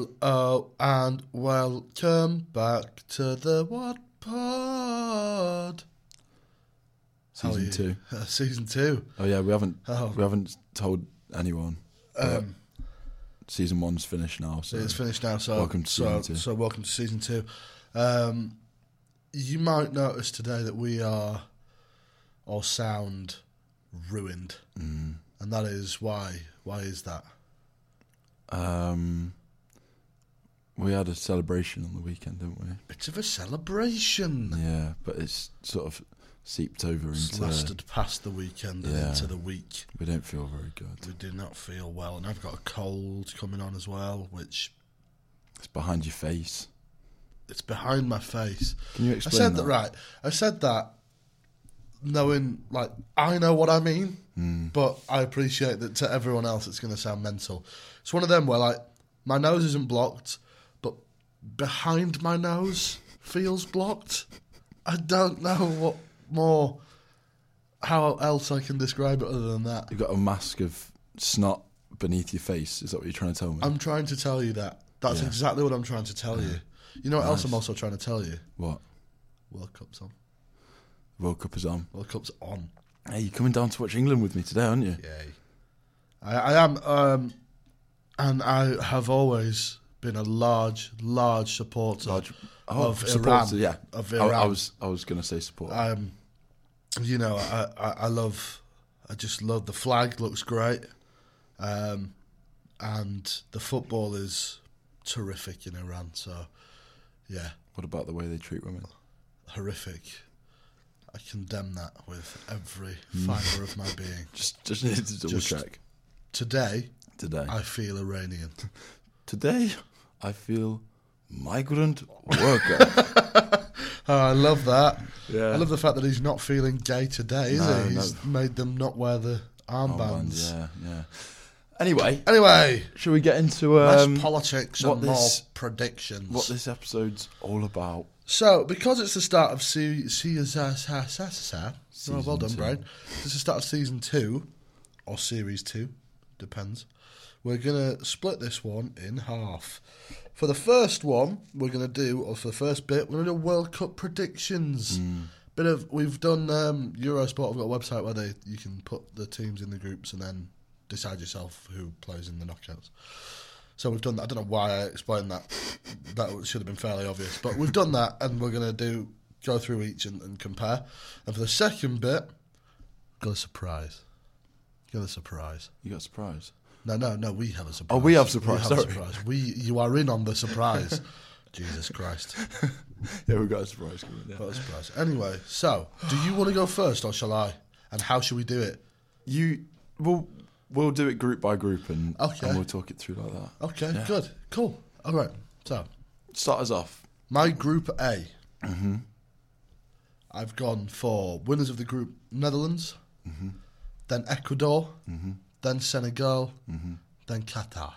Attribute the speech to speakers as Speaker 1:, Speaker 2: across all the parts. Speaker 1: Hello and welcome back to the What Pod. How are
Speaker 2: Season
Speaker 1: you?
Speaker 2: two.
Speaker 1: Uh, season two.
Speaker 2: Oh yeah, we haven't
Speaker 1: Oh.
Speaker 2: we haven't told anyone. but season one's finished now, so
Speaker 1: Um, It's finished now, so
Speaker 2: Welcome to
Speaker 1: so,
Speaker 2: season two.
Speaker 1: so welcome to season two. Um, you might notice today that we are all sound ruined,
Speaker 2: Mm.
Speaker 1: and that is why. Why is that?
Speaker 2: um, we had a celebration on the weekend, didn't we?
Speaker 1: Bit of a celebration.
Speaker 2: Yeah, but it's sort of seeped over
Speaker 1: It's
Speaker 2: into.
Speaker 1: lasted past the weekend and
Speaker 2: uh, Yeah.
Speaker 1: into the week.
Speaker 2: We don't feel very good.
Speaker 1: We do not feel well, and I've got a cold coming on as well, which
Speaker 2: It's behind your face.
Speaker 1: it's behind my face.
Speaker 2: Can you
Speaker 1: I
Speaker 2: explain
Speaker 1: said
Speaker 2: that?
Speaker 1: that right. I said that knowing, like, I know what I mean,
Speaker 2: Hmm.
Speaker 1: but I appreciate that to everyone else it's going to sound mental. It's one of them where, like, my nose isn't blocked, but behind my nose feels blocked. I don't know what more, how else I can describe it other than that.
Speaker 2: You've got a mask of snot beneath your face. Is that what you're trying to tell me?
Speaker 1: I'm trying to tell you that. That's
Speaker 2: Yeah. Uh-huh.
Speaker 1: exactly what I'm trying to tell you. You know what else I'm also trying to tell you?
Speaker 2: what?
Speaker 1: World Cup's on.
Speaker 2: World Cup is on.
Speaker 1: World Cup's on.
Speaker 2: Hey, you're coming down to watch England with me today, aren't you?
Speaker 1: Yay. I, I am, um, and I have always been a large, large supporter
Speaker 2: Large-
Speaker 1: of
Speaker 2: supporter,
Speaker 1: Iran.
Speaker 2: Oh, Yeah,
Speaker 1: Of
Speaker 2: I-
Speaker 1: Iran.
Speaker 2: I, was I was gonna say support.
Speaker 1: um, you know, I, I, I love, I just love the flag. Looks great, um, and the football is terrific in Iran. So, yeah,
Speaker 2: what about the way they treat women?
Speaker 1: horrific. I condemn that with every fibre of my being.
Speaker 2: Just just need to double
Speaker 1: Just-
Speaker 2: check
Speaker 1: Today,
Speaker 2: today.
Speaker 1: I feel Iranian.
Speaker 2: today, I feel migrant worker.
Speaker 1: Oh, I love that.
Speaker 2: Yeah.
Speaker 1: I love the fact that he's not feeling gay today, is
Speaker 2: No,
Speaker 1: he? He's made them not wear the
Speaker 2: Armband,
Speaker 1: armbands.
Speaker 2: yeah, yeah. Anyway,
Speaker 1: Anyway,
Speaker 2: should we get into
Speaker 1: less
Speaker 2: um,
Speaker 1: politics
Speaker 2: what
Speaker 1: and more
Speaker 2: this-
Speaker 1: predictions.
Speaker 2: what this episode's all about?
Speaker 1: So, because it's the start of se- series, uh, sa- sa- sa- sa- oh, well
Speaker 2: Season
Speaker 1: done,
Speaker 2: two.
Speaker 1: Brian. It's the start of season two or series two, depends. We're gonna split this one in half. For the first one, we're gonna do, or for the first bit, we're gonna do World Cup predictions.
Speaker 2: Hmm.
Speaker 1: Bit of we've done um, Eurosport. I've got a website where they you can put the teams in the groups and then decide yourself who plays in the knockouts. So we've done that. I don't know why I explained that. That should have been fairly obvious. But we've done that, and we're going to do go through each and, and compare. And for the second bit, got a surprise. Got a surprise.
Speaker 2: You got a surprise.
Speaker 1: No, no, no. We have a surprise.
Speaker 2: Oh, we have surprise,
Speaker 1: We
Speaker 2: sorry.
Speaker 1: surprise. We, you are in on the surprise. Jesus Christ,
Speaker 2: Yeah, we got a surprise coming. Yeah.
Speaker 1: got a surprise. Anyway, so do you want to go first, or shall I? And how should we do it?
Speaker 2: You, we'll we'll do it group by group and
Speaker 1: Okay.
Speaker 2: and we'll talk it through like that.
Speaker 1: Okay,
Speaker 2: Yeah.
Speaker 1: good, cool. All right. So
Speaker 2: Start us off.
Speaker 1: My group A. I've gone for winners of the group Netherlands, then Ecuador, then Senegal, then Qatar.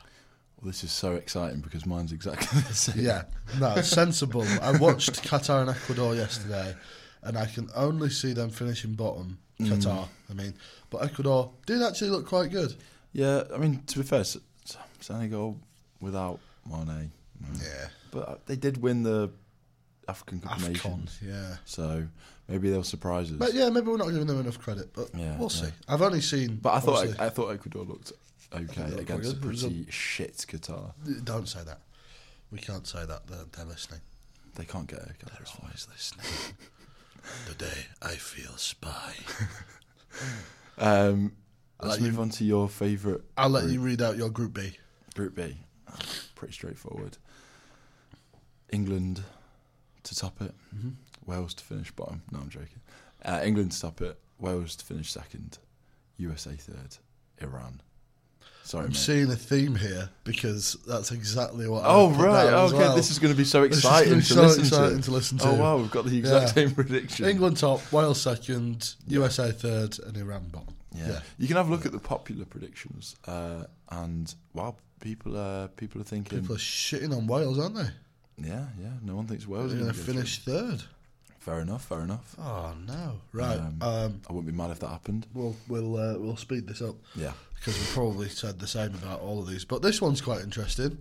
Speaker 2: Well, this is so exciting because mine's exactly the same.
Speaker 1: Yeah, no, sensible. I watched Qatar and Ecuador yesterday, and I can only see them finishing bottom.
Speaker 2: Mm.
Speaker 1: Qatar, I mean, but Ecuador did actually look quite good.
Speaker 2: Yeah, I mean, to be fair, S- S- Senegal without Mane, mm.
Speaker 1: Yeah,
Speaker 2: but uh, they did win the African Cup of
Speaker 1: Afcon.
Speaker 2: Nations,
Speaker 1: Yeah,
Speaker 2: so maybe they'll surprise us.
Speaker 1: but
Speaker 2: But,
Speaker 1: yeah, maybe we're not giving them enough credit, but
Speaker 2: Yeah,
Speaker 1: we'll
Speaker 2: yeah.
Speaker 1: see. I've only seen.
Speaker 2: I thought
Speaker 1: obviously-
Speaker 2: I, thought Ecuador looked okay
Speaker 1: looked
Speaker 2: against a
Speaker 1: quite good.
Speaker 2: pretty shit Qatar.
Speaker 1: Don't say that. We can't say that. They're, they're listening.
Speaker 2: They can't get Ecuador.
Speaker 1: Always listening. Today I feel spy.
Speaker 2: Um, let's move on to your favourite
Speaker 1: I'll let you read out your group B.
Speaker 2: Group B. Oh, pretty straightforward. England to top it,
Speaker 1: Mm-hmm.
Speaker 2: Wales to finish bottom. No, I'm joking. Uh, England to top it, Wales to finish second, USA third, Iran. Sorry,
Speaker 1: I'm
Speaker 2: mate.
Speaker 1: seeing a theme here because that's exactly what. I
Speaker 2: Oh
Speaker 1: put
Speaker 2: right,
Speaker 1: down as
Speaker 2: okay.
Speaker 1: well.
Speaker 2: This is going to be so
Speaker 1: This is gonna be
Speaker 2: exciting to
Speaker 1: so
Speaker 2: listen
Speaker 1: exciting
Speaker 2: to.
Speaker 1: to listen
Speaker 2: Oh
Speaker 1: to.
Speaker 2: wow, we've got the exact
Speaker 1: Yeah.
Speaker 2: same prediction.
Speaker 1: England top, Wales second, USA third, and Iran bottom.
Speaker 2: Yeah. you can have a look at the popular predictions, uh, and wow, people are people are thinking.
Speaker 1: People are shitting on Wales, aren't they?
Speaker 2: yeah, yeah. No one thinks Wales
Speaker 1: They're
Speaker 2: are
Speaker 1: going
Speaker 2: going
Speaker 1: to finish third.
Speaker 2: Fair enough. Fair enough.
Speaker 1: Oh no! Right. Um,
Speaker 2: Um, I wouldn't be mad if that happened.
Speaker 1: we'll we'll uh, we'll speed this up.
Speaker 2: Yeah.
Speaker 1: because we probably said the same about all of these. But this one's quite interesting.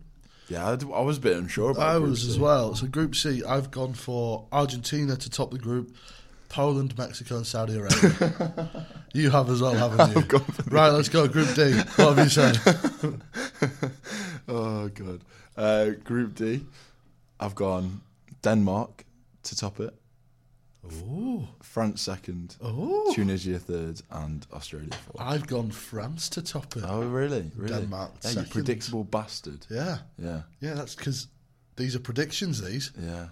Speaker 2: Yeah, I, d- I was a bit unsure about
Speaker 1: I
Speaker 2: Group
Speaker 1: was as
Speaker 2: C.
Speaker 1: well. So Group C, I've gone for Argentina to top the group, Poland, Mexico, and Saudi Arabia. you have as well, haven't you? right, let's go. Group D. What have you said?
Speaker 2: Oh god. Uh, group D, I've gone Denmark to top it,
Speaker 1: Ooh,
Speaker 2: France second,
Speaker 1: ooh.
Speaker 2: Tunisia third, and Australia fourth.
Speaker 1: I've gone France to top it.
Speaker 2: Oh really? Really?
Speaker 1: Denmark
Speaker 2: Yeah, you
Speaker 1: second.
Speaker 2: predictable bastard.
Speaker 1: Yeah,
Speaker 2: Yeah,
Speaker 1: yeah. That's because these are predictions. These.
Speaker 2: yeah.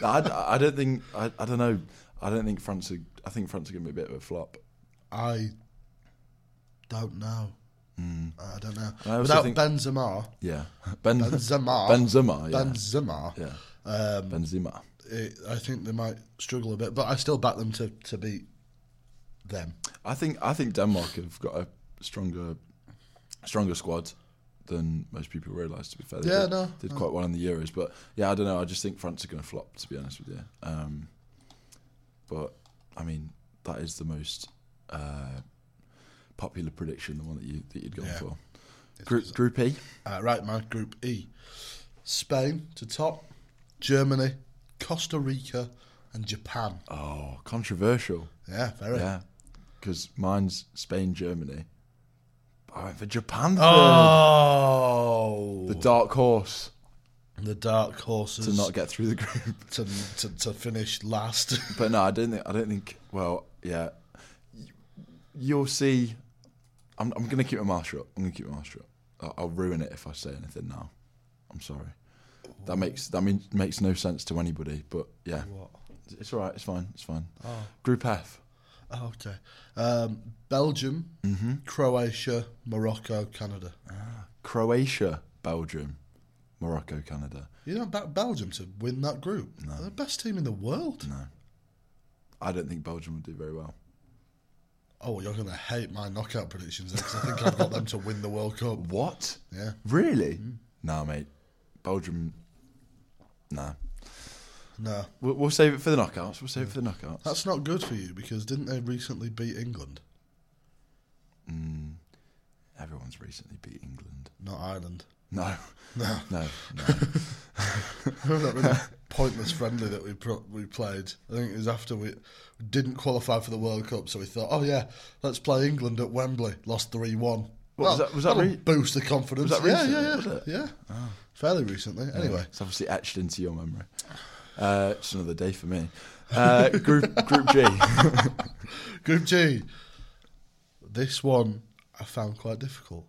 Speaker 2: I, I don't think I, I don't know I don't think France are, I think France are gonna be a bit of a flop.
Speaker 1: I don't know. I don't know.
Speaker 2: Hmm. I also
Speaker 1: Without
Speaker 2: think-
Speaker 1: Benzema,
Speaker 2: Yeah, Ben
Speaker 1: Benzema,
Speaker 2: Benzema. Yeah,
Speaker 1: Benzema,
Speaker 2: yeah.
Speaker 1: Um,
Speaker 2: Benzema.
Speaker 1: it, I think they might struggle a bit, but I still back them to, to beat them.
Speaker 2: I think I think Denmark have got a stronger stronger squad than most people realise. To be fair, they
Speaker 1: Yeah,
Speaker 2: did,
Speaker 1: no,
Speaker 2: did quite well in the Euros, but yeah, I don't know. I just think France are going to flop. To be honest with you, um, but I mean that is the most uh, popular prediction, the one that you that you'd gone
Speaker 1: Yeah.
Speaker 2: for. Group Group E,
Speaker 1: Uh, right, my group E: Spain to top, Germany, Costa Rica, and Japan.
Speaker 2: oh, controversial,
Speaker 1: Yeah, very.
Speaker 2: yeah, because mine's Spain, Germany. I went for Japan. third.
Speaker 1: Oh,
Speaker 2: The dark horse
Speaker 1: the dark horses
Speaker 2: to not get through the group.
Speaker 1: to, to, to finish last.
Speaker 2: But no, I don't think. I don't think. Well, yeah, You- you'll see. I'm. I'm gonna keep my mouth shut. I'm gonna keep my mouth shut. I'll, I'll ruin it if I say anything now. I'm sorry. That makes that mean, makes no sense to anybody. But yeah,
Speaker 1: What?
Speaker 2: it's all right. It's fine. It's fine. Group F.
Speaker 1: Oh, okay. Um, Belgium,
Speaker 2: Mm-hmm.
Speaker 1: Croatia, Morocco, Canada.
Speaker 2: Croatia, Belgium, Morocco, Canada.
Speaker 1: You don't back Belgium to win that group. They're the best team in the world.
Speaker 2: No, I don't think Belgium would do very well.
Speaker 1: Oh, well, you're going to hate my knockout predictions because I think I've got them to win the World Cup.
Speaker 2: What? Mm.
Speaker 1: Yeah.
Speaker 2: Really? Nah, mate. Belgium. Nah.
Speaker 1: No,
Speaker 2: We'll, we'll save it for the knockouts. We'll save it for the knockouts.
Speaker 1: that's not good for you because didn't they recently beat England?
Speaker 2: Mm. Everyone's recently beat England.
Speaker 1: Not Ireland.
Speaker 2: No,
Speaker 1: No,
Speaker 2: no, no.
Speaker 1: that really pointless friendly that we pro- we played. I think it was after we didn't qualify for the World Cup, so we thought, oh yeah, let's play England at Wembley. Lost three one.
Speaker 2: What, was that- was that
Speaker 1: that'll
Speaker 2: re-
Speaker 1: boost the confidence?
Speaker 2: was that
Speaker 1: yeah,
Speaker 2: recent,
Speaker 1: yeah, yeah,
Speaker 2: was it? Oh.
Speaker 1: yeah. Fairly recently. Anyway,
Speaker 2: it's obviously etched into your memory. Uh, just another day for me. Uh, group Group G.
Speaker 1: Group G. This one I found quite difficult.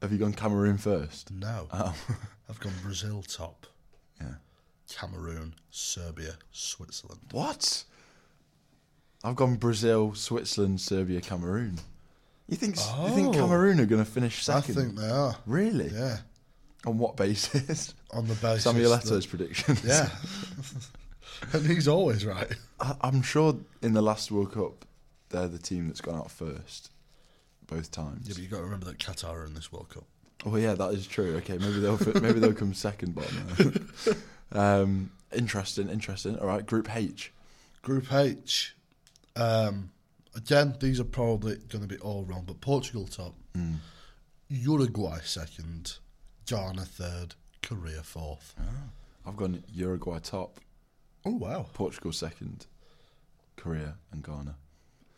Speaker 2: Have you gone Cameroon first?
Speaker 1: No, I've gone Brazil top.
Speaker 2: Oh. Yeah.
Speaker 1: Cameroon, Serbia, Switzerland.
Speaker 2: What? I've gone Brazil, Switzerland, Serbia, Cameroon. You think you think
Speaker 1: Oh.
Speaker 2: Cameroon are going to finish second?
Speaker 1: I think they are.
Speaker 2: really?
Speaker 1: Yeah,
Speaker 2: On what basis?
Speaker 1: on the basis.
Speaker 2: Samuel
Speaker 1: that-
Speaker 2: Eto's predictions.
Speaker 1: Yeah. and he's always right.
Speaker 2: I, I'm sure in the last World Cup, they're the team that's gone out first, both times.
Speaker 1: Yeah, but you've got to remember that Qatar are in this World Cup.
Speaker 2: Oh yeah, that is true. Okay, maybe they'll fi- maybe they'll come second bottom. um, interesting, interesting. All right, Group H.
Speaker 1: Group H. Um, again, these are probably going to be all wrong, but Portugal top.
Speaker 2: Hmm.
Speaker 1: Uruguay second. Ghana third. Korea fourth.
Speaker 2: I've gone Uruguay top,
Speaker 1: Oh, wow.
Speaker 2: Portugal second, Korea and Ghana.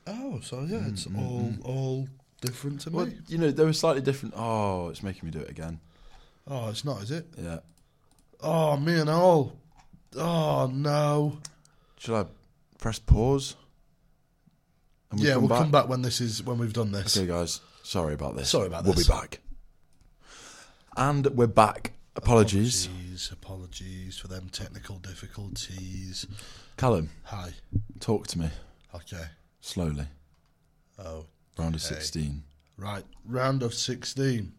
Speaker 1: Oh, so yeah, it's all all different to me.
Speaker 2: Mm, Well, you know they were slightly different. Oh, it's making me do it again.
Speaker 1: Oh, it's not, is it?
Speaker 2: Yeah.
Speaker 1: Oh, me and all. Oh, no.
Speaker 2: Should I press pause? And
Speaker 1: yeah, we'll come back when this is when we've done this.
Speaker 2: Okay, guys. Sorry about this.
Speaker 1: Sorry about
Speaker 2: we'll
Speaker 1: this.
Speaker 2: We'll be back. And we're back. Apologies,
Speaker 1: Apologies, apologies for them technical difficulties.
Speaker 2: Callum.
Speaker 1: Hi.
Speaker 2: Talk to me
Speaker 1: Okay.
Speaker 2: slowly.
Speaker 1: Oh,
Speaker 2: Round of sixteen.
Speaker 1: right. Round of 16.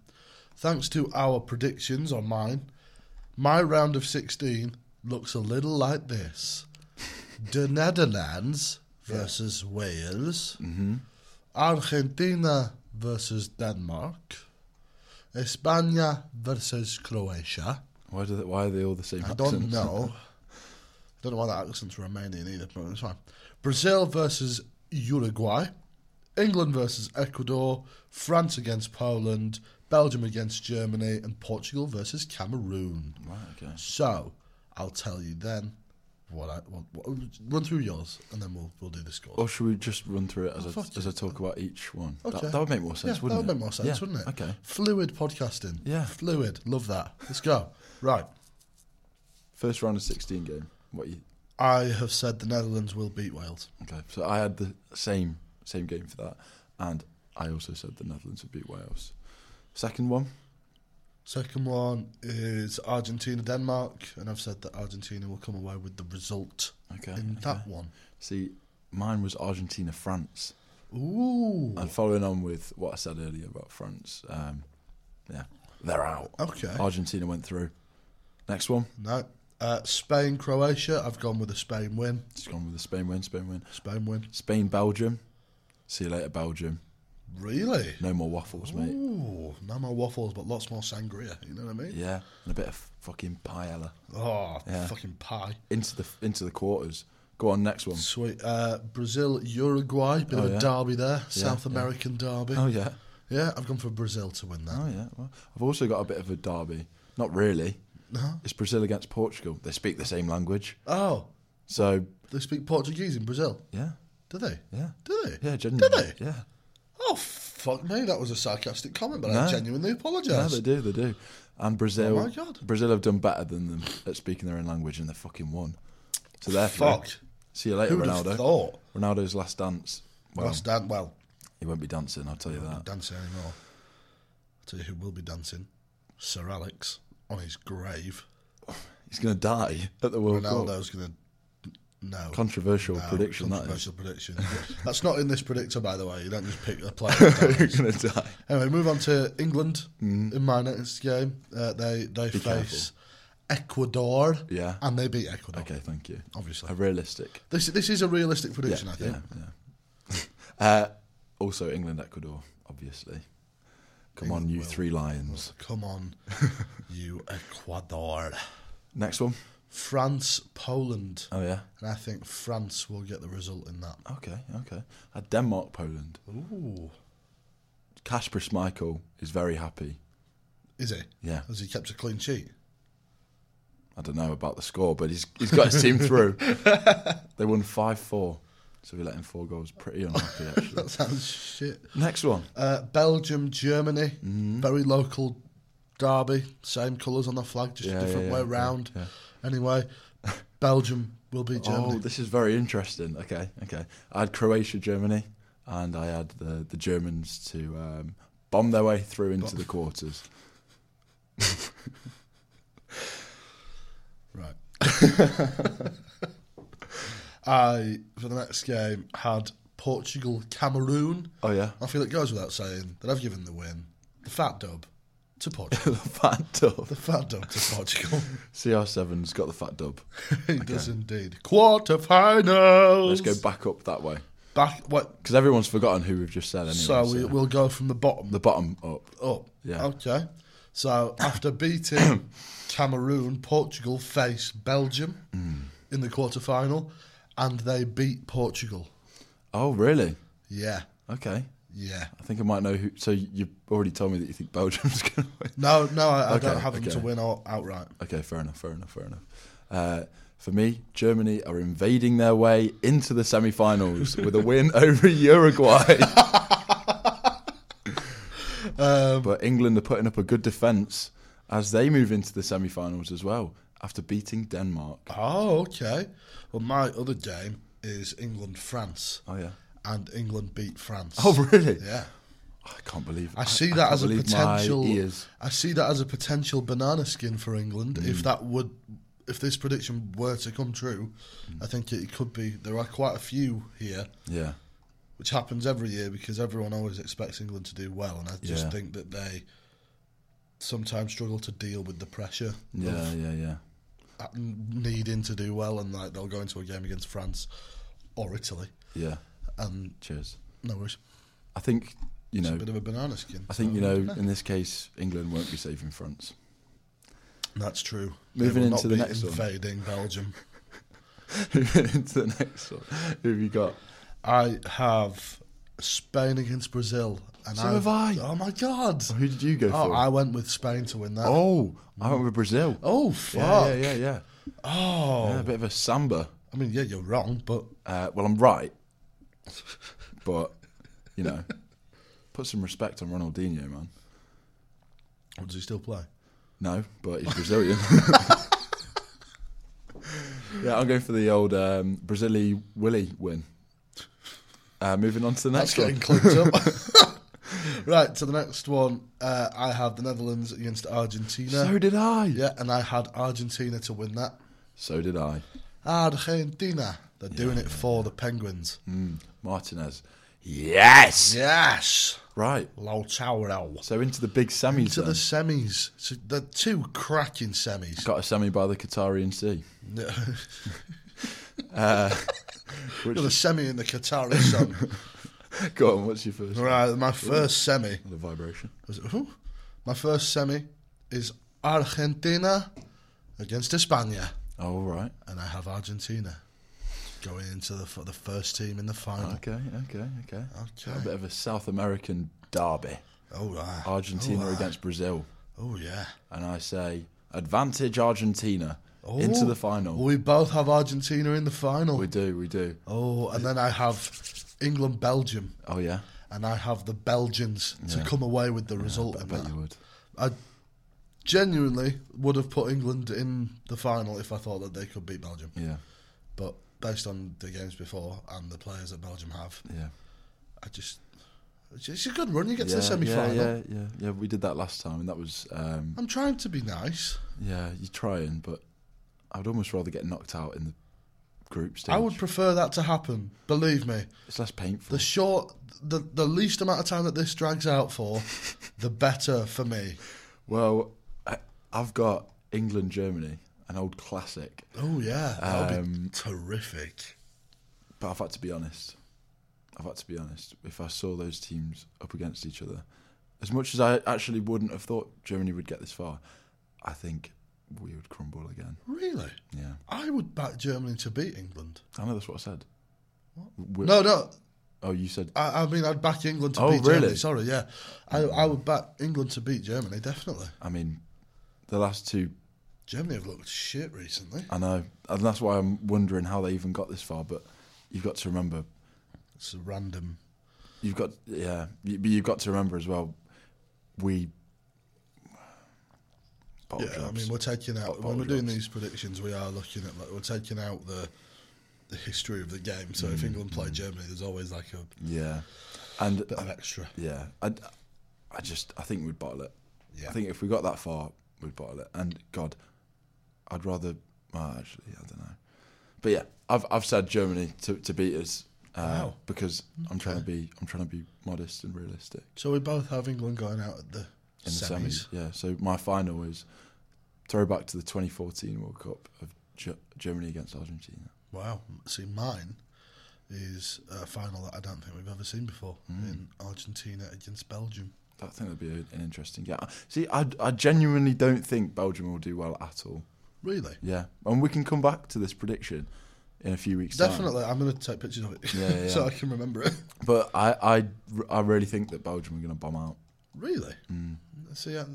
Speaker 1: Thanks to our predictions on mine, my round of 16 looks a little like this The Netherlands versus Wales, Argentina versus Denmark, España versus Croatia.
Speaker 2: Why do they, Why are they all the same?
Speaker 1: I don't
Speaker 2: accents?
Speaker 1: know. I don't know why that accent's Romanian either, but it's fine. Brazil versus Uruguay, England versus Ecuador, France against Poland, Belgium against Germany, and Portugal versus Cameroon.
Speaker 2: Right, okay.
Speaker 1: So I'll tell you then what I what, what, run through yours, and then we'll we'll do the scores.
Speaker 2: Or should we just run through it as, I,
Speaker 1: fuck
Speaker 2: as I talk about each one?
Speaker 1: Okay.
Speaker 2: Oh, That, that would make more sense,
Speaker 1: yeah, that
Speaker 2: wouldn't
Speaker 1: would
Speaker 2: it?
Speaker 1: make more sense,
Speaker 2: Yeah,
Speaker 1: wouldn't it?
Speaker 2: Okay.
Speaker 1: Fluid podcasting.
Speaker 2: Yeah.
Speaker 1: Fluid. Love that. Let's go. right.
Speaker 2: First round of 16 game. What you.
Speaker 1: I have said the Netherlands will beat Wales.
Speaker 2: Okay, so I had the same same game for that, and I also said the Netherlands would beat Wales. Second one,
Speaker 1: Second one is Argentina Denmark, and I've said that Argentina will come away with the result
Speaker 2: okay.
Speaker 1: in
Speaker 2: okay.
Speaker 1: that one.
Speaker 2: See, mine was Argentina France,
Speaker 1: Ooh.
Speaker 2: and following on with what I said earlier about France, um, yeah, they're out.
Speaker 1: Okay.
Speaker 2: Argentina went through. Next one,
Speaker 1: No. Uh, Spain Croatia. I've gone with a Spain win.
Speaker 2: just gone with the Spain win. Spain win.
Speaker 1: Spain win.
Speaker 2: Spain Belgium. See you later, Belgium.
Speaker 1: Really?
Speaker 2: No more waffles, mate.
Speaker 1: Ooh. No more waffles, but lots more sangria. You know what I mean?
Speaker 2: Yeah, and a bit of fucking paella
Speaker 1: Oh,
Speaker 2: Yeah.
Speaker 1: fucking pie.
Speaker 2: into the into the quarters. Go on, next one.
Speaker 1: Sweet. Uh, Brazil Uruguay. Bit
Speaker 2: Oh,
Speaker 1: of a
Speaker 2: yeah.
Speaker 1: derby there. South
Speaker 2: yeah.
Speaker 1: American derby.
Speaker 2: Oh yeah.
Speaker 1: Yeah, I've gone for Brazil to win that.
Speaker 2: Oh yeah. Well, I've also got a bit of a derby. Not really.
Speaker 1: No.
Speaker 2: It's Brazil against Portugal. They speak the same language.
Speaker 1: Oh,
Speaker 2: So
Speaker 1: they speak Portuguese in Brazil.
Speaker 2: yeah,
Speaker 1: Do they?
Speaker 2: yeah,
Speaker 1: Do they?
Speaker 2: yeah. Genuinely.
Speaker 1: Do
Speaker 2: Yeah.
Speaker 1: Oh, fuck me. That was a sarcastic comment, but I
Speaker 2: No.
Speaker 1: genuinely
Speaker 2: Yeah,
Speaker 1: apologise.
Speaker 2: they do. They do. And Brazil.
Speaker 1: Oh, my God.
Speaker 2: Brazil have done better than them at speaking their own language, and they fucking won. So they're through.
Speaker 1: Fuck.
Speaker 2: See you later,
Speaker 1: Who'd have
Speaker 2: Ronaldo.
Speaker 1: thought?
Speaker 2: Ronaldo's last dance. Well, Uh.
Speaker 1: Last dance. Well,
Speaker 2: he won't be dancing. I'll tell you
Speaker 1: not
Speaker 2: that.
Speaker 1: dancing anymore. I'll tell you who will be dancing Sir Alex on his grave.
Speaker 2: He's gonna die at the World Cup.
Speaker 1: Ronaldo's going to. No.
Speaker 2: Controversial
Speaker 1: No,
Speaker 2: prediction. That is.
Speaker 1: Controversial prediction. That's not in this predictor, by the way. You don't just pick a player.
Speaker 2: You're gonna die.
Speaker 1: Anyway, move on to England
Speaker 2: Mm.
Speaker 1: in my next game. Uh, they they face Ecuador.
Speaker 2: Yeah.
Speaker 1: And they beat Ecuador,
Speaker 2: Okay, thank you.
Speaker 1: obviously.
Speaker 2: A realistic.
Speaker 1: This, this is a realistic
Speaker 2: Yeah,
Speaker 1: prediction, I think.
Speaker 2: yeah, yeah. uh, also, England, Ecuador, obviously. Come on, you three lions.
Speaker 1: Come on, you Ecuador.
Speaker 2: Next one.
Speaker 1: France, Poland.
Speaker 2: Oh yeah.
Speaker 1: And I think France will get the result in that.
Speaker 2: Okay, okay. Uh, Denmark, Poland.
Speaker 1: Ooh.
Speaker 2: Kasper Schmeichel is very happy.
Speaker 1: Is he?
Speaker 2: Yeah,
Speaker 1: Has he kept a clean sheet?
Speaker 2: I don't know about the score, but he's he's got his team through. They won five four, so we let in four goals. Pretty unhappy actually.
Speaker 1: That sounds shit.
Speaker 2: Next one.
Speaker 1: Uh, Belgium, Germany.
Speaker 2: Mm.
Speaker 1: Very local derby. Same colours on the flag, just
Speaker 2: Yeah,
Speaker 1: a different
Speaker 2: yeah,
Speaker 1: way
Speaker 2: yeah,
Speaker 1: round.
Speaker 2: yeah,
Speaker 1: Anyway, Belgium will beat
Speaker 2: Oh,
Speaker 1: Germany.
Speaker 2: this is very interesting. Okay, okay. I had Croatia, Germany, and I had the the Germans to um, bomb their way through into the quarters.
Speaker 1: Right. I, for the next game, had Portugal, Cameroon.
Speaker 2: Oh yeah,
Speaker 1: I feel it goes without saying that I've given the win, the fat dub, to Portugal.
Speaker 2: the fat dub.
Speaker 1: the fat dub to Portugal.
Speaker 2: CR7's got the fat dub.
Speaker 1: he does indeed. Quarterfinals.
Speaker 2: Let's go back up that way
Speaker 1: back. What?
Speaker 2: because everyone's forgotten who we've just said. Anyway,
Speaker 1: so we, we'll go from the bottom
Speaker 2: the bottom up.
Speaker 1: up.
Speaker 2: Yeah.
Speaker 1: Okay. So after beating Cameroon, Portugal face Belgium
Speaker 2: Hmm.
Speaker 1: in the quarterfinal, and they beat Portugal.
Speaker 2: Oh really?
Speaker 1: Yeah.
Speaker 2: Okay.
Speaker 1: Yeah.
Speaker 2: I think I might know who. So you've already told me that you think Belgium's going to win.
Speaker 1: No, no, I, I don't
Speaker 2: Okay,
Speaker 1: have them to
Speaker 2: okay.
Speaker 1: win out, outright.
Speaker 2: Okay, fair enough, fair enough, fair enough. Uh, for me, Germany are invading their way into the semi-finals with a win over Uruguay.
Speaker 1: Um,
Speaker 2: but England are putting up a good defence as they move into the semi-finals as well after beating Denmark.
Speaker 1: Oh, okay. Well, my other game is England France,
Speaker 2: Oh yeah.
Speaker 1: and England beat France.
Speaker 2: Oh really?
Speaker 1: Yeah.
Speaker 2: I can't believe.
Speaker 1: I see
Speaker 2: I
Speaker 1: that
Speaker 2: can't
Speaker 1: as a
Speaker 2: believe my
Speaker 1: potential.
Speaker 2: ears. Mm.
Speaker 1: I see that as a potential banana skin for England. If that would, if this prediction were to come true,
Speaker 2: Mm.
Speaker 1: I think it could be. There are quite a few here,
Speaker 2: Yeah.
Speaker 1: which happens every year because everyone always expects England to do well, and I just
Speaker 2: Yeah.
Speaker 1: think that they sometimes struggle to deal with the pressure
Speaker 2: Yeah. Yeah. Yeah.
Speaker 1: of needing to do well, and like they'll go into a game against France or Italy,
Speaker 2: Yeah.
Speaker 1: and
Speaker 2: Cheers.
Speaker 1: no worries,
Speaker 2: I think you
Speaker 1: it's
Speaker 2: know.
Speaker 1: a bit of a banana skin.
Speaker 2: I think
Speaker 1: so
Speaker 2: you know.
Speaker 1: dunno.
Speaker 2: In this case, England won't be saving France.
Speaker 1: that's true.
Speaker 2: Moving
Speaker 1: They will
Speaker 2: into
Speaker 1: not
Speaker 2: the
Speaker 1: be
Speaker 2: next one.
Speaker 1: invading Belgium.
Speaker 2: Moving into the next one. Who have you got?
Speaker 1: I have Spain against Brazil. And
Speaker 2: So have I.
Speaker 1: Oh my god!
Speaker 2: Who did you go
Speaker 1: Oh,
Speaker 2: for?
Speaker 1: I went with Spain to win that. Oh,
Speaker 2: oh, I went with Brazil.
Speaker 1: fuck!
Speaker 2: yeah, yeah, yeah, yeah.
Speaker 1: Oh,
Speaker 2: Yeah, a bit of a samba.
Speaker 1: I mean, yeah, you're wrong, but
Speaker 2: Uh, well, I'm right, but you know, put some respect on Ronaldinho, man.
Speaker 1: oh, does he still play?
Speaker 2: No, but he's Brazilian. yeah, I'm going for the old um, Brazili Willy win. Uh, moving on to the
Speaker 1: That's
Speaker 2: next
Speaker 1: getting
Speaker 2: one.
Speaker 1: clipped up. right, so the next one, uh, I have the Netherlands against Argentina.
Speaker 2: So did I.
Speaker 1: yeah, and I had Argentina to win that.
Speaker 2: So did I.
Speaker 1: Argentina, they're doing it for the Penguins.
Speaker 2: Mm, Martinez. Yes.
Speaker 1: Yes,
Speaker 2: Right.
Speaker 1: Lautaro
Speaker 2: So into the big semis.
Speaker 1: to
Speaker 2: then.
Speaker 1: the semis. So they're two cracking semis.
Speaker 2: Got a semi by the Qatarian Sea. Uh, Which
Speaker 1: Another semi in the Qatari sun.
Speaker 2: go on? What's your first?
Speaker 1: right, my first semi.
Speaker 2: The vibration.
Speaker 1: Was it- whew. My first semi is Argentina against España,
Speaker 2: Oh, all right.
Speaker 1: and I have Argentina going into the for the first team in the final.
Speaker 2: Okay. Okay. Okay. A
Speaker 1: Okay.
Speaker 2: bit of a South American derby.
Speaker 1: Oh, right.
Speaker 2: Argentina against Brazil,
Speaker 1: Oh yeah.
Speaker 2: and I say advantage Argentina into
Speaker 1: Oh,
Speaker 2: the final.
Speaker 1: We both have Argentina in the final.
Speaker 2: We do, we do.
Speaker 1: oh, and then I have England Belgium,
Speaker 2: Oh yeah,
Speaker 1: and I have the Belgians to
Speaker 2: Yeah.
Speaker 1: come away with the result.
Speaker 2: I
Speaker 1: in
Speaker 2: bet
Speaker 1: that.
Speaker 2: you would.
Speaker 1: I genuinely would have put England in the final if I thought that they could beat Belgium.
Speaker 2: Yeah,
Speaker 1: But based on the games before and the players that Belgium have,
Speaker 2: yeah.
Speaker 1: I just it's- it's a good run. You get to
Speaker 2: yeah,
Speaker 1: the semi
Speaker 2: yeah,
Speaker 1: final.
Speaker 2: yeah, yeah, yeah. We did that last time, and that was um,
Speaker 1: I'm trying to be nice.
Speaker 2: yeah. You're trying, but I'd almost rather get knocked out in the group stage.
Speaker 1: I would prefer that to happen. Believe me,
Speaker 2: It's less painful.
Speaker 1: the short, the the least amount of time that this drags out for, the better for me.
Speaker 2: well, I, I've got England Germany, an old classic,
Speaker 1: Oh yeah, that would be
Speaker 2: Um,
Speaker 1: terrific.
Speaker 2: but I've had to be honest. I've had to be honest. If I saw those teams up against each other, as much as I actually wouldn't have thought Germany would get this far, I think we would crumble again.
Speaker 1: Really,
Speaker 2: Yeah.
Speaker 1: I would back Germany to beat England.
Speaker 2: I know that's what I said. Wi-
Speaker 1: No, no,
Speaker 2: Oh, you said.
Speaker 1: I, I mean I'd back England to
Speaker 2: Oh,
Speaker 1: beat Germany.
Speaker 2: really?
Speaker 1: Sorry, yeah, I I would back England to beat Germany definitely.
Speaker 2: I mean, the last two.
Speaker 1: Germany have looked shit recently.
Speaker 2: I know, and that's why I'm wondering how they even got this far. But you've got to remember,
Speaker 1: It's a random.
Speaker 2: you've got yeah, you, but you've got to remember as well. We. Bottle
Speaker 1: Yeah, I
Speaker 2: jobs.
Speaker 1: mean, we're taking out
Speaker 2: Bottle
Speaker 1: when we're doing
Speaker 2: jobs.
Speaker 1: these predictions. We are looking at like we're taking out the the history of the game. So
Speaker 2: Hmm.
Speaker 1: if England play Germany, there's always like a
Speaker 2: yeah, and
Speaker 1: bit of extra.
Speaker 2: yeah, I, I just I think we'd bottle it.
Speaker 1: Yeah.
Speaker 2: I think if we got that far, we'd bottle it. And God, I'd rather. Well, actually, I don't know. But yeah, I've I've said Germany to, to beat us uh,
Speaker 1: Wow.
Speaker 2: because I'm trying to be I'm trying to be modest and realistic
Speaker 1: So we both have England going out at the
Speaker 2: in
Speaker 1: semis.
Speaker 2: the semis. Yeah. So my final is throwback to the 2014 World Cup of Ge- Germany against Argentina.
Speaker 1: Wow. See, mine is a final that I don't think we've ever seen before
Speaker 2: Hmm.
Speaker 1: in Argentina against Belgium.
Speaker 2: I think that'd be a- an interesting game. See, I, I genuinely don't think Belgium will do well at all.
Speaker 1: Really?
Speaker 2: Yeah, and we can come back to this prediction in a few weeks. time.
Speaker 1: Definitely. I'm going to take pictures of it
Speaker 2: Yeah, yeah,
Speaker 1: so
Speaker 2: yeah.
Speaker 1: I can remember it.
Speaker 2: But I, I, I really think that Belgium are going to bomb out.
Speaker 1: Really?
Speaker 2: Hmm.
Speaker 1: See, I,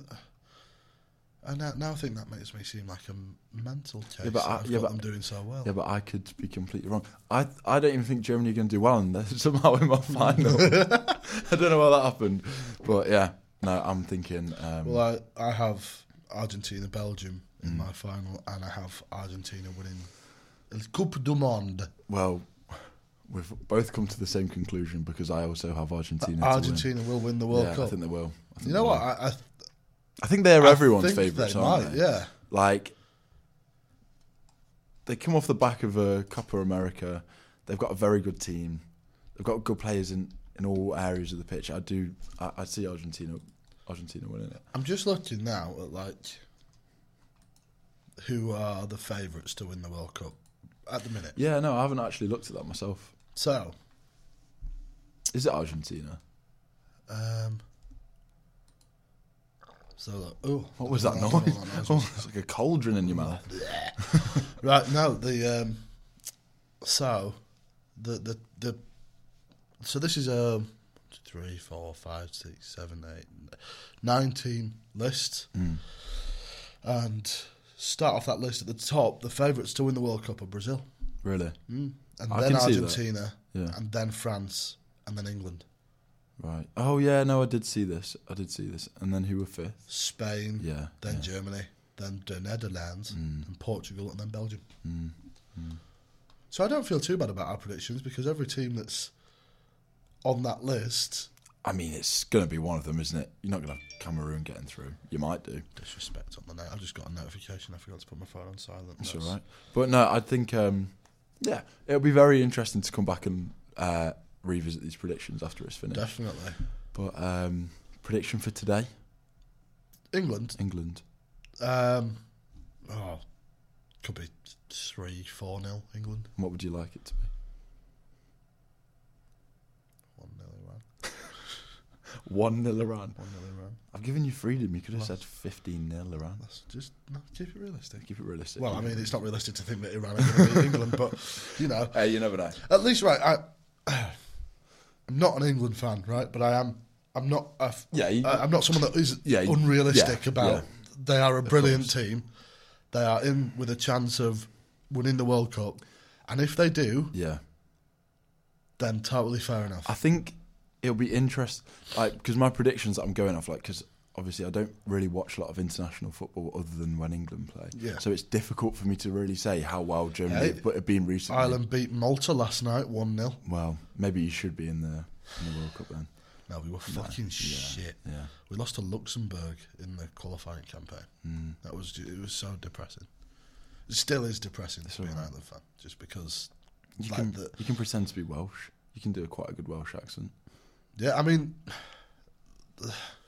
Speaker 1: I now, now think that makes me seem like a m- mental case.
Speaker 2: but
Speaker 1: that
Speaker 2: I-
Speaker 1: I've
Speaker 2: yeah,
Speaker 1: got
Speaker 2: but-
Speaker 1: them doing so well.
Speaker 2: Yeah, but I could be completely wrong. I, I don't even think Germany are going to do well, and they're somehow in my final. I don't know how that happened, but yeah, no, I'm thinking. Um,
Speaker 1: Well, I, I have Argentina, Belgium in
Speaker 2: Hmm.
Speaker 1: my final, and I have Argentina winning the Coupe du Monde.
Speaker 2: well, we've both come to the same conclusion because I also have Argentina. to
Speaker 1: Argentina will win the
Speaker 2: win.
Speaker 1: World
Speaker 2: yeah, I
Speaker 1: Cup.
Speaker 2: think they will. I think
Speaker 1: You
Speaker 2: they
Speaker 1: know what?
Speaker 2: will.
Speaker 1: I, I,
Speaker 2: I think they're
Speaker 1: I
Speaker 2: everyone's
Speaker 1: think
Speaker 2: favourites,
Speaker 1: they
Speaker 2: aren't
Speaker 1: might,
Speaker 2: they?
Speaker 1: Yeah.
Speaker 2: Like, they come off the back of a Copa America. They've got a very good team. They've got good players in, in all areas of the pitch. I do. I, I see Argentina, Argentina winning it.
Speaker 1: I'm just looking now at like who are the favourites to win the World Cup at the minute.
Speaker 2: Yeah, no, I haven't actually looked at that myself.
Speaker 1: So,
Speaker 2: Is it Argentina?
Speaker 1: um, so look, oh,
Speaker 2: What was that
Speaker 1: I
Speaker 2: noise?
Speaker 1: don't know what that was.
Speaker 2: Oh, it's like a cauldron in your mouth.
Speaker 1: right no, the um, so the the the So this is a three, four, five, six, seven, eight, nine team list,
Speaker 2: Mm.
Speaker 1: and start off that list at the top. The favourites to win the World Cup are Brazil,
Speaker 2: Really?
Speaker 1: Mm. and
Speaker 2: I
Speaker 1: then
Speaker 2: can see that.
Speaker 1: Argentina,
Speaker 2: Yeah.
Speaker 1: and then France, and then England,
Speaker 2: Right. Oh yeah, no, I did see this. I did see this. And then who were fifth?
Speaker 1: Spain,
Speaker 2: Yeah.
Speaker 1: then
Speaker 2: yeah.
Speaker 1: Germany, then the Netherlands, and Portugal, and then Belgium. So I don't feel too bad about our predictions because every team that's on that list.
Speaker 2: I mean, it's gonna be one of them, isn't it? You're not gonna have Cameroon getting through. You might do.
Speaker 1: Disrespect on the night. I've just got a notification. I forgot to put my phone on silent.
Speaker 2: That's all right. But no, I think um, yeah, it'll be very interesting to come back and uh, revisit these predictions after it's finished.
Speaker 1: Definitely.
Speaker 2: But um, prediction for today,
Speaker 1: England.
Speaker 2: England.
Speaker 1: Um, oh, could be three, four nil England.
Speaker 2: What would you like it to be?
Speaker 1: One nil Iran.
Speaker 2: One nil Iran.
Speaker 1: One nil Iran.
Speaker 2: I've given you freedom. You could have said fifteen nil Iran.
Speaker 1: That's just no, keep it realistic.
Speaker 2: Keep it realistic.
Speaker 1: Well, I mean, it's not realistic to think that Iran are going to beat England, but you know,
Speaker 2: Hey, you never know.
Speaker 1: at least right. I, I'm not an England fan, right? But I am. I'm not. A, f-
Speaker 2: Yeah, you-
Speaker 1: I- I'm not someone that is
Speaker 2: Yeah, you-
Speaker 1: unrealistic
Speaker 2: yeah,
Speaker 1: about.
Speaker 2: yeah.
Speaker 1: They are a brilliant team. They are in with a chance of winning the World Cup, and if they do,
Speaker 2: Yeah,
Speaker 1: then totally fair enough.
Speaker 2: I think it'll be interest like because my predictions that I'm going off like because obviously I don't really watch a lot of international football other than when England play.
Speaker 1: Yeah.
Speaker 2: So it's difficult for me to really say how well Germany
Speaker 1: Yeah, it-
Speaker 2: but have been recently.
Speaker 1: Ireland beat Malta last night, 1 0.
Speaker 2: Well, maybe you should be in the in the World Cup then.
Speaker 1: No, we were fucking shit.
Speaker 2: Yeah.
Speaker 1: We lost to Luxembourg in the qualifying campaign.
Speaker 2: Mm.
Speaker 1: That was ju- it was so depressing. It still is depressing to be an Ireland fan, just because.
Speaker 2: You
Speaker 1: like
Speaker 2: can
Speaker 1: the-
Speaker 2: you can pretend to be Welsh. You can do a quite a good Welsh accent.
Speaker 1: yeah, I mean,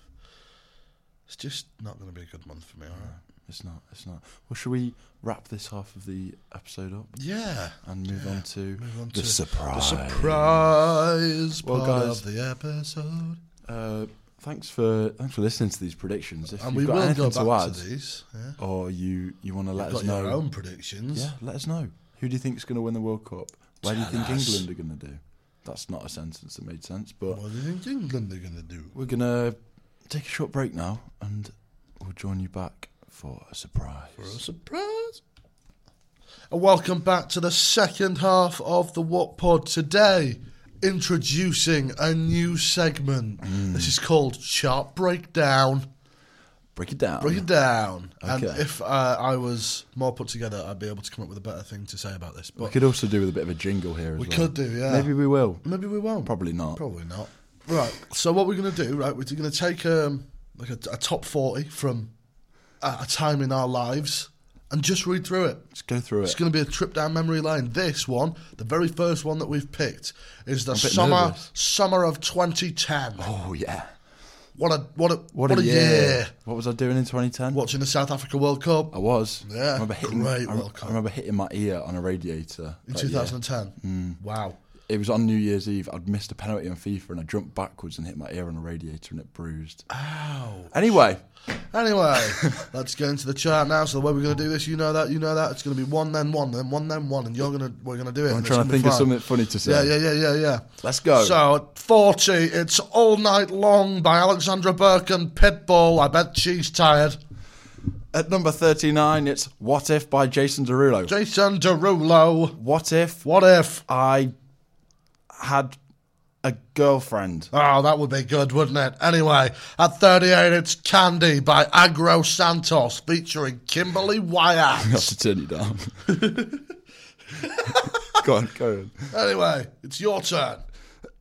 Speaker 1: it's just not going to be a good month for me. All right.
Speaker 2: It's not. It's not. Well, should we wrap this half of the episode up
Speaker 1: Yeah.
Speaker 2: and move on to
Speaker 1: Move on
Speaker 2: the
Speaker 1: to
Speaker 2: surprise?
Speaker 1: The surprise
Speaker 2: Well,
Speaker 1: part
Speaker 2: guys-
Speaker 1: of the episode,
Speaker 2: Uh, thanks for thanks for listening to these predictions. If
Speaker 1: and
Speaker 2: you've
Speaker 1: we
Speaker 2: got
Speaker 1: will
Speaker 2: anything
Speaker 1: go
Speaker 2: to
Speaker 1: back
Speaker 2: add,
Speaker 1: to, these. Yeah.
Speaker 2: or you you want to let
Speaker 1: Got
Speaker 2: us know,
Speaker 1: your own predictions.
Speaker 2: yeah, let us know. Who do you think is going to win the World Cup? Where do you
Speaker 1: Tell
Speaker 2: think
Speaker 1: us.
Speaker 2: England are going to do? That's not a sentence that made sense, but
Speaker 1: What do you think England are going to do?
Speaker 2: we're gonna take a short break now, and we'll join you back for a surprise.
Speaker 1: for a surprise. And welcome back to the second half of the What Pod today. Introducing a new segment.
Speaker 2: Mm.
Speaker 1: This is called Chart Breakdown.
Speaker 2: Break it down.
Speaker 1: Break it down. And
Speaker 2: Okay.
Speaker 1: if uh, I was more put together, I'd be able to come up with a better thing to say about this. But
Speaker 2: We could also do with a bit of a jingle here as
Speaker 1: We
Speaker 2: well.
Speaker 1: could do, yeah.
Speaker 2: Maybe we will.
Speaker 1: maybe we won't.
Speaker 2: Probably not.
Speaker 1: Probably not. Right. So what we're going to do, right? We're going to take um like a, a top forty from a, a time in our lives and just read through it.
Speaker 2: Let's go through
Speaker 1: It's
Speaker 2: it.
Speaker 1: going to be a trip down memory lane. This one, the very first one that we've picked, is the
Speaker 2: bit
Speaker 1: summer
Speaker 2: nervous.
Speaker 1: summer of 2010.
Speaker 2: Oh yeah.
Speaker 1: What a what a
Speaker 2: What, a, year. What was I doing in 2010?
Speaker 1: Watching the South Africa World Cup
Speaker 2: I was.
Speaker 1: Yeah,
Speaker 2: I remember hitting,
Speaker 1: great
Speaker 2: I,
Speaker 1: World Cup.
Speaker 2: I remember hitting my ear on a radiator.
Speaker 1: in
Speaker 2: that year.
Speaker 1: 2010.
Speaker 2: Mm.
Speaker 1: Wow.
Speaker 2: It was on New Year's Eve. I'd missed a penalty on FIFA and I jumped backwards and hit my ear on a radiator and it bruised.
Speaker 1: Wow.
Speaker 2: Anyway,
Speaker 1: Anyway, let's get into the chart now. So the way we're going to do this, you know that, you know that. It's going to be one, then one, then one, then one, and you're going to we're going to do it.
Speaker 2: I'm
Speaker 1: and it's
Speaker 2: trying
Speaker 1: gonna
Speaker 2: to
Speaker 1: be
Speaker 2: think of
Speaker 1: fun.
Speaker 2: something funny to say.
Speaker 1: Yeah, yeah, yeah, yeah, yeah.
Speaker 2: Let's go.
Speaker 1: So at 40, it's All Night Long by Alexandra Burke and Pitbull. I bet she's tired.
Speaker 2: At number 39, it's What If by Jason Derulo.
Speaker 1: Jason Derulo.
Speaker 2: what if
Speaker 1: What if?
Speaker 2: I had a girlfriend?
Speaker 1: Oh, that would be good, wouldn't it? Anyway, at 38, it's Candy by Agro Santos featuring Kimberly
Speaker 2: Not
Speaker 1: Wyatt.
Speaker 2: to turn you down. go on, go on.
Speaker 1: anyway, it's your turn.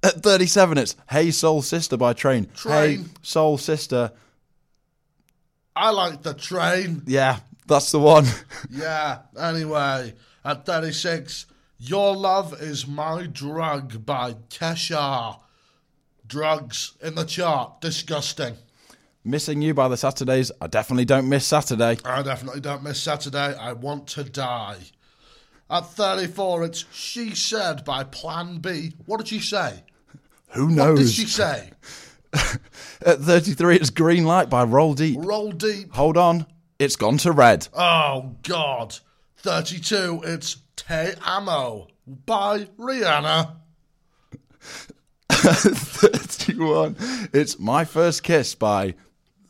Speaker 2: At 37, it's Hey Soul Sister by Train. Hey
Speaker 1: Train.
Speaker 2: Soul Sister.
Speaker 1: I like the train.
Speaker 2: Yeah, that's the one.
Speaker 1: Yeah, anyway, at 36, Your Love Is My Drug by Kesha. Drugs in the chart, disgusting.
Speaker 2: Missing You by the Saturdays. I definitely don't miss Saturday.
Speaker 1: I definitely don't miss Saturday. I want to die. At 34, it's She Said by Plan B. What did she say?
Speaker 2: Who
Speaker 1: What did
Speaker 2: knows?
Speaker 1: she say?
Speaker 2: At 33, it's Green Light by Roll Deep.
Speaker 1: Roll deep.
Speaker 2: Hold on, it's gone to red.
Speaker 1: Oh, God. 32, it's Te Amo by Rihanna.
Speaker 2: 31. It's My First Kiss by.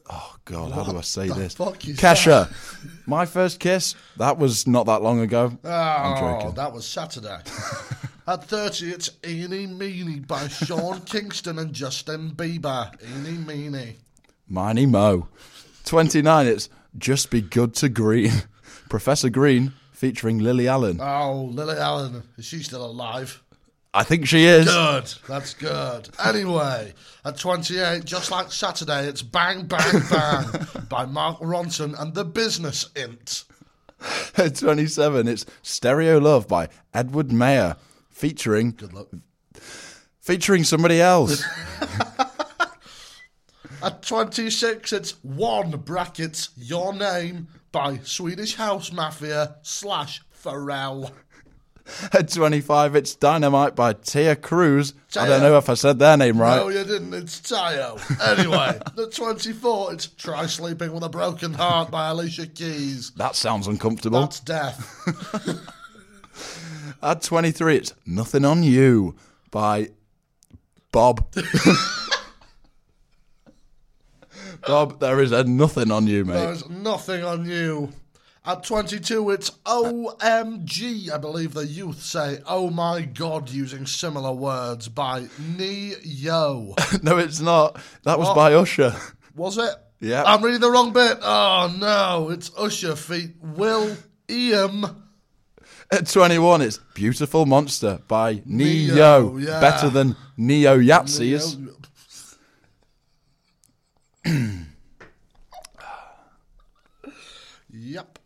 Speaker 2: Oh, God, how do I
Speaker 1: What
Speaker 2: say
Speaker 1: the
Speaker 2: this?
Speaker 1: fuck is
Speaker 2: Kesha. My First Kiss. That was not that long ago. I'm
Speaker 1: Oh,
Speaker 2: joking.
Speaker 1: that was Saturday. At 30, it's Eeny Meeny by Sean Kingston and Justin Bieber. Eeny Meeny.
Speaker 2: Miney Mo. 29. It's Just Be Good to Green. Professor Green featuring Lily Allen.
Speaker 1: Oh, Lily Allen. Is she still alive?
Speaker 2: I think she is.
Speaker 1: Good. That's good. Anyway, at 28, just like Saturday, it's Bang Bang Bang by Mark Ronson and the Business Int.
Speaker 2: 27. It's Stereo Love by Edward Mayer featuring
Speaker 1: Good luck.
Speaker 2: featuring somebody else.
Speaker 1: At 26, it's one brackets your name by Swedish House Mafia slash Pharrell.
Speaker 2: At 25, it's Dynamite by Tia Cruz. I
Speaker 1: Tia.
Speaker 2: don't know if I said their name right.
Speaker 1: No, you didn't. It's Tayo. Anyway, at 24, it's Try Sleeping with a Broken Heart by Alicia Keys.
Speaker 2: That sounds uncomfortable.
Speaker 1: That's death.
Speaker 2: At 23, it's Nothing on You by Bob. Bob, there is a nothing on you, mate.
Speaker 1: There's nothing on you. At 22, it's OMG, I believe the youth say, Oh my God, using similar words by Neo.
Speaker 2: No, it's not. That was by Usher.
Speaker 1: Was it?
Speaker 2: Yeah.
Speaker 1: I'm reading the wrong bit. Oh no, it's Usher feet. Will Ian.
Speaker 2: At 21, it's Beautiful Monster by Neo.
Speaker 1: Neo, yeah.
Speaker 2: Better than Neo Yahtzees.
Speaker 1: yep.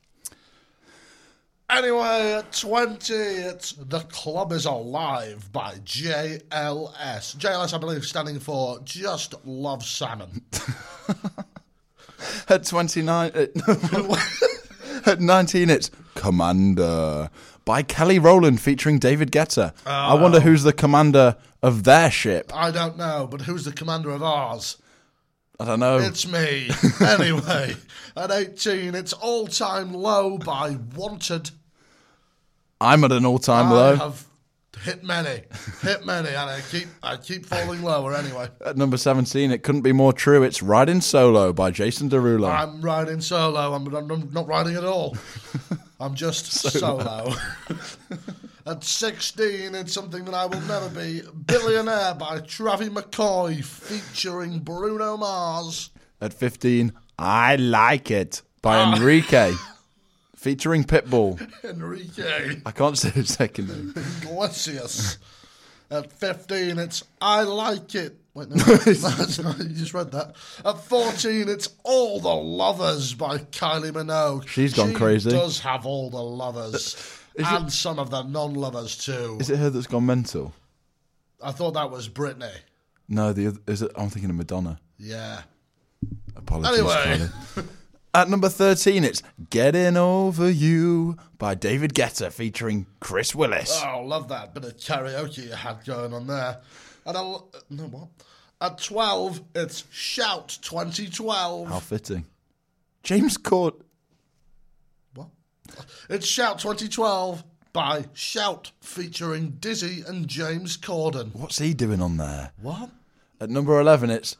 Speaker 1: Anyway, at 20, it's The Club is Alive by JLS. JLS, I believe, standing for Just Love Salmon.
Speaker 2: At 29, at, at 19, it's Commander by Kelly Rowland featuring David Guetta. I
Speaker 1: Oh.
Speaker 2: wonder who's the commander of their ship.
Speaker 1: I don't know, but who's the commander of ours?
Speaker 2: I don't know.
Speaker 1: It's me. Anyway, at 18, it's All Time Low by Wanted.
Speaker 2: I'm at an all time
Speaker 1: I
Speaker 2: low.
Speaker 1: have hit many, hit many, and I keep I keep falling lower anyway.
Speaker 2: At number 17, it couldn't be more true. It's Riding Solo by Jason Derulo.
Speaker 1: I'm riding solo. I'm, I'm, I'm not riding at all. I'm just solo. At 16, it's something that I will never be. Billionaire by Travis McCoy featuring Bruno Mars.
Speaker 2: At 15, I Like It by
Speaker 1: Ah.
Speaker 2: Enrique featuring Pitbull.
Speaker 1: Enrique
Speaker 2: I can't say his second name.
Speaker 1: Iglesias. At 15, it's I Like It. Wait, no, that's not- you just read that. At 14, it's All the Lovers by Kylie Minogue.
Speaker 2: She's gone
Speaker 1: She
Speaker 2: crazy.
Speaker 1: does have all the lovers. and some of the non lovers too.
Speaker 2: Is it her that's gone mental?
Speaker 1: I thought that was Britney.
Speaker 2: No, the other, is it, I'm thinking of Madonna.
Speaker 1: Yeah.
Speaker 2: Apologies,
Speaker 1: Anyway.
Speaker 2: Kylie. At number 13, it's Getting Over You by David Guetta featuring Chris Willis.
Speaker 1: Oh, love that bit of karaoke you had going on there. And I'll, no what? At 12, it's Shout 2012.
Speaker 2: How fitting. James Cord.
Speaker 1: What? It's Shout 2012 by Shout featuring Dizzy and James Corden.
Speaker 2: What's he doing on there?
Speaker 1: What?
Speaker 2: At number 11, it's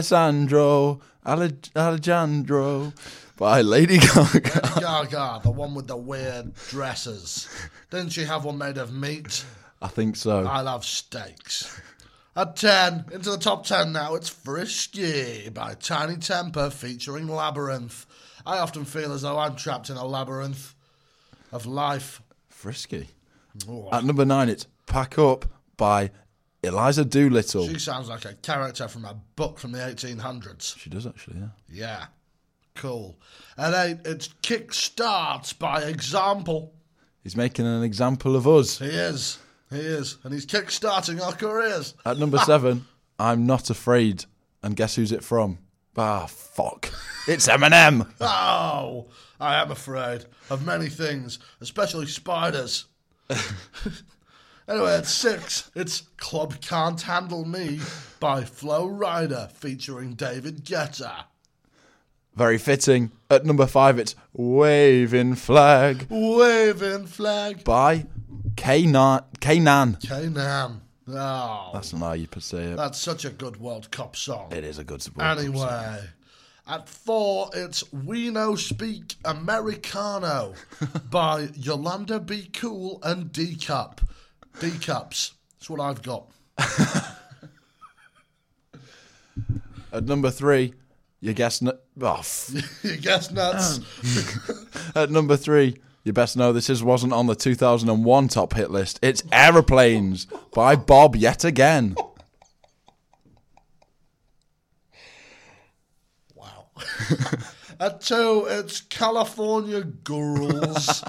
Speaker 2: Alessandro, Ale- Alejandro by Lady Gaga.
Speaker 1: Gaga, the one with the weird dresses. Didn't she have one made of meat?
Speaker 2: I think so.
Speaker 1: I love steaks. At 10, into the top 10 now, it's Frisky by Tiny Temper featuring Labyrinth. I often feel as though I'm trapped in a labyrinth of life.
Speaker 2: Frisky.
Speaker 1: Oh,
Speaker 2: At number 9, it's Pack Up by Eliza Doolittle.
Speaker 1: she sounds like a character from a book from the 1800s.
Speaker 2: she does actually, yeah.
Speaker 1: Yeah. Cool. And eight, it's Kickstart by example.
Speaker 2: He's making an example of us.
Speaker 1: He is. He is. And he's kickstarting our careers.
Speaker 2: At number seven, I'm not afraid. And guess who's it from? Ah, fuck. It's Eminem.
Speaker 1: Oh, I am afraid of many things, especially spiders. anyway, at six, it's Club Can't Handle Me by Flo Rida featuring David Guetta.
Speaker 2: Very fitting. At number five, it's Waving Flag
Speaker 1: Waving flag.
Speaker 2: by K-Nan. K-Nan.
Speaker 1: K-Nam. Oh, that's,
Speaker 2: That's not how you per se it.
Speaker 1: such a good World Cup song.
Speaker 2: it is a good support.
Speaker 1: Anyway, at four, it's We No Speak Americano by Yolanda Be Cool and D Cup. D Cups. That's what I've got.
Speaker 2: At number three, your guess. No- oh, f-
Speaker 1: you guess nuts.
Speaker 2: At number three, you best know this is wasn't on the 2001 top hit list. It's Aeroplanes by Bob yet again.
Speaker 1: Wow. At two, it's California Girls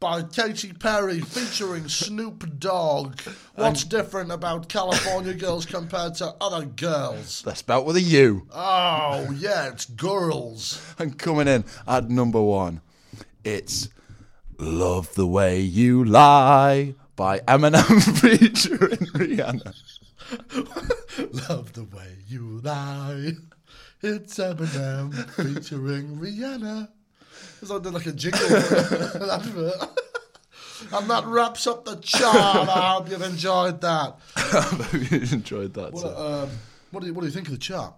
Speaker 1: by Katy Perry featuring Snoop Dogg. What's different about California Girls compared to other girls?
Speaker 2: That's spelt with a U.
Speaker 1: Oh, yeah, it's girls.
Speaker 2: And coming in at number one, it's Love the Way You Lie by Eminem featuring Rihanna.
Speaker 1: Love the way you lie. It's Eminem featuring Rihanna. It's like like a jingle for an advert. And that wraps up the chart. I hope you've enjoyed that.
Speaker 2: I hope you enjoyed that.
Speaker 1: What,
Speaker 2: sir.
Speaker 1: um, what, do you, what do you think of the chart?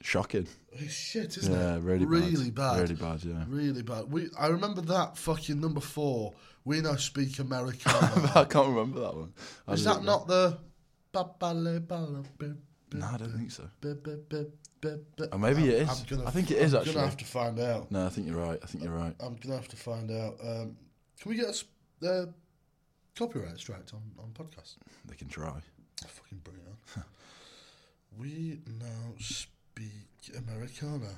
Speaker 2: Shocking.
Speaker 1: It's shit, isn't
Speaker 2: Yeah,
Speaker 1: it?
Speaker 2: really,
Speaker 1: really bad.
Speaker 2: Really bad, yeah.
Speaker 1: Really bad. We, I remember that fucking number four. We now speak Americano.
Speaker 2: I can't remember that one. I
Speaker 1: Is
Speaker 2: don't
Speaker 1: that
Speaker 2: know.
Speaker 1: not the? Ba- ba- le- ba- la- bi- bi-
Speaker 2: No, I don't think so.
Speaker 1: bi- bi- bi- bi- bi-
Speaker 2: Or Oh, maybe it is. I think it is,
Speaker 1: I'm
Speaker 2: actually.
Speaker 1: gonna have to find out.
Speaker 2: No, I think you're right. I think you're right.
Speaker 1: I'm gonna have to find out. Um, can we get us uh, copyright striked on on podcast?
Speaker 2: They can try.
Speaker 1: Fucking bring it on. we now speak Americana.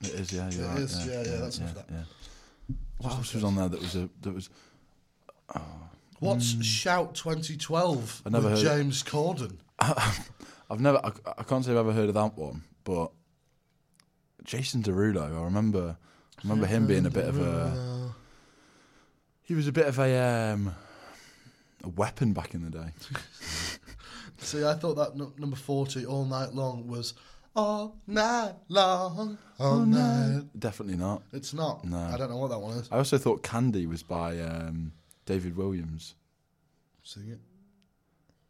Speaker 2: It is, yeah, you're
Speaker 1: It
Speaker 2: right.
Speaker 1: is, yeah, yeah, that's enough of that.
Speaker 2: yeah. What else was on there that was a that was
Speaker 1: What's Shout 2012
Speaker 2: I never
Speaker 1: with
Speaker 2: heard it.
Speaker 1: James Corden?
Speaker 2: I've never I, I can't say I've ever heard of that one, but Jason Derulo, I remember I remember him being a bit of a
Speaker 1: Uh,
Speaker 2: he was a bit of a um a weapon back in the day.
Speaker 1: see, I thought that nu- number 40, All Night Long, was All Night Long, All Night.
Speaker 2: Definitely not.
Speaker 1: It's not.
Speaker 2: No.
Speaker 1: I don't know what that one is.
Speaker 2: I also thought Candy was by um David Williams.
Speaker 1: Sing it.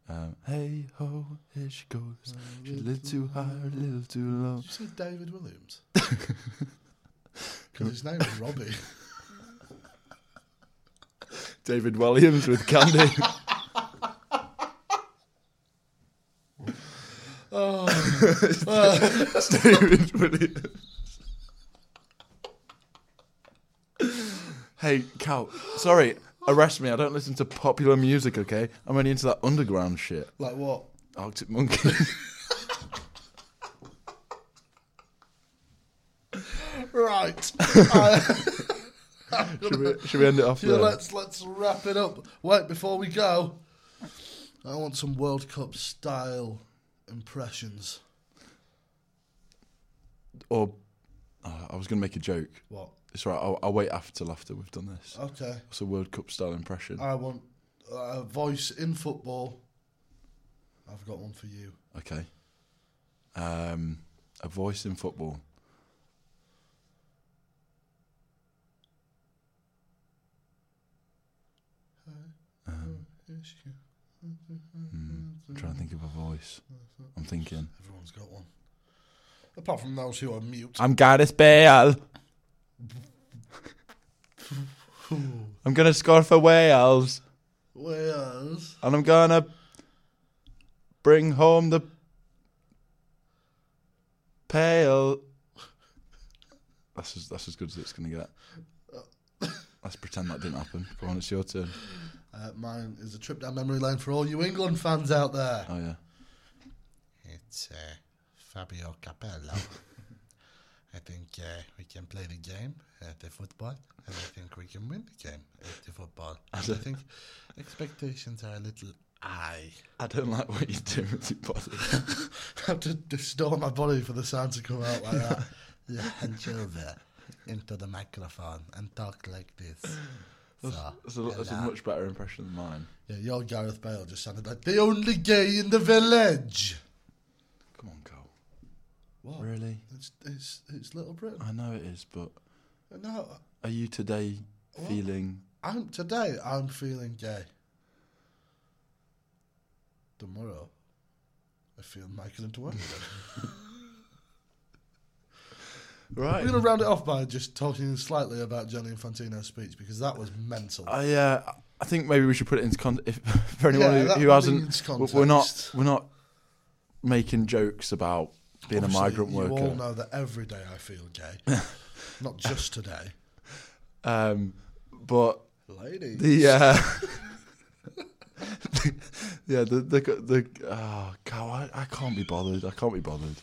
Speaker 2: Um, hey ho, here she goes. She lived too high, a little too low.
Speaker 1: Did you say David Williams? Because his name is Robbie.
Speaker 2: David Williams with Candy.
Speaker 1: Oh,
Speaker 2: That's David Williams. hey, Cal, sorry, arrest me. I don't listen to popular music, okay? I'm only into that underground shit.
Speaker 1: like what?
Speaker 2: Arctic Monkey.
Speaker 1: Right. I-
Speaker 2: should, we, should we end it off
Speaker 1: yeah,
Speaker 2: there?
Speaker 1: let's let's wrap it up. Wait, before we go, I want some World Cup style impressions.
Speaker 2: Or, oh, I was going to make a joke.
Speaker 1: What?
Speaker 2: It's all right, I'll, I'll wait after after we've done this.
Speaker 1: Okay.
Speaker 2: What's a World Cup style impression?
Speaker 1: I want a voice in football. I've got one for you.
Speaker 2: Okay. Um, a voice in football. I'm Um, trying to think of a voice. I'm thinking.
Speaker 1: Everyone's got one. Apart from those who are mute.
Speaker 2: I'm Gareth Bale. I'm gonna score for Wales,
Speaker 1: Whereas,
Speaker 2: and I'm gonna bring home the pale. That's as, that's as good as it's gonna get. Let's pretend that didn't happen. Go on, it's your turn.
Speaker 1: uh, mine is a trip down memory lane for all you England fans out there.
Speaker 2: Oh yeah.
Speaker 1: It's uh, Fabio Capello. I think uh, we can play the game at the football, and I think we can win the game at the football. And I think expectations are a little high.
Speaker 2: I don't like what you do with your body.
Speaker 1: I have to distort my body for the sound to come out like that. yeah, hunch over into the microphone and talk like this. So,
Speaker 2: That's a, that's a
Speaker 1: hello.
Speaker 2: much better impression than mine.
Speaker 1: yeah, your Gareth Bale just sounded like the only gay in the village.
Speaker 2: Come on, Cole.
Speaker 1: What?
Speaker 2: Oh. Really?
Speaker 1: It's, it's, it's Little Britain.
Speaker 2: I know it is, but
Speaker 1: No,
Speaker 2: are you today feeling?
Speaker 1: I'm today. I'm feeling gay. Tomorrow, I feel Michael and Dwayne. We're
Speaker 2: Right.
Speaker 1: going to round it off by just talking slightly about Johnny Infantino's speech because that was mental.
Speaker 2: I uh, I think maybe we should put it into context for anyone
Speaker 1: Yeah,
Speaker 2: who,
Speaker 1: that
Speaker 2: who hasn't.
Speaker 1: needs
Speaker 2: w- We're not
Speaker 1: context.
Speaker 2: we're not making jokes about being
Speaker 1: Obviously,
Speaker 2: a migrant
Speaker 1: you
Speaker 2: worker.
Speaker 1: all know that every day I feel gay, not just today.
Speaker 2: Um, but
Speaker 1: Ladies,
Speaker 2: the uh, yeah the the the oh god I, I can't be bothered. I can't be bothered.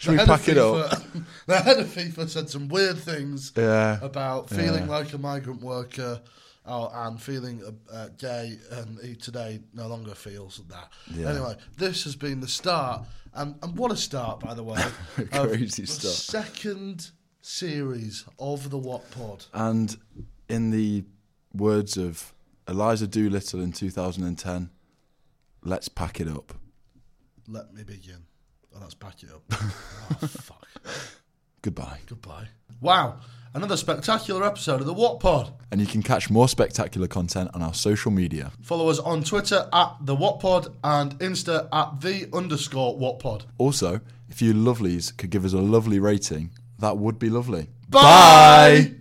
Speaker 2: Should we
Speaker 1: head of
Speaker 2: pack it up?
Speaker 1: FIFA the head of FIFA said some weird things
Speaker 2: Yeah.
Speaker 1: about feeling
Speaker 2: Yeah.
Speaker 1: like a migrant worker oh, and feeling uh, uh, gay, and he today no longer feels that.
Speaker 2: Yeah.
Speaker 1: Anyway, this has been the start, and, and what a start, by the way. of
Speaker 2: Crazy
Speaker 1: the
Speaker 2: start.
Speaker 1: Second series of the What Pod.
Speaker 2: And in the words of Eliza Doolittle in 2010, let's pack it up.
Speaker 1: Let me begin. Oh, that's back it up. oh, fuck.
Speaker 2: Goodbye.
Speaker 1: Goodbye. Wow. Another spectacular episode of the What Pod.
Speaker 2: And you can catch more spectacular content on our social media.
Speaker 1: Follow us on Twitter at the What Pod and Insta at the underscore What Pod.
Speaker 2: Also, if you lovelies could give us a lovely rating, that would be lovely.
Speaker 1: Bye!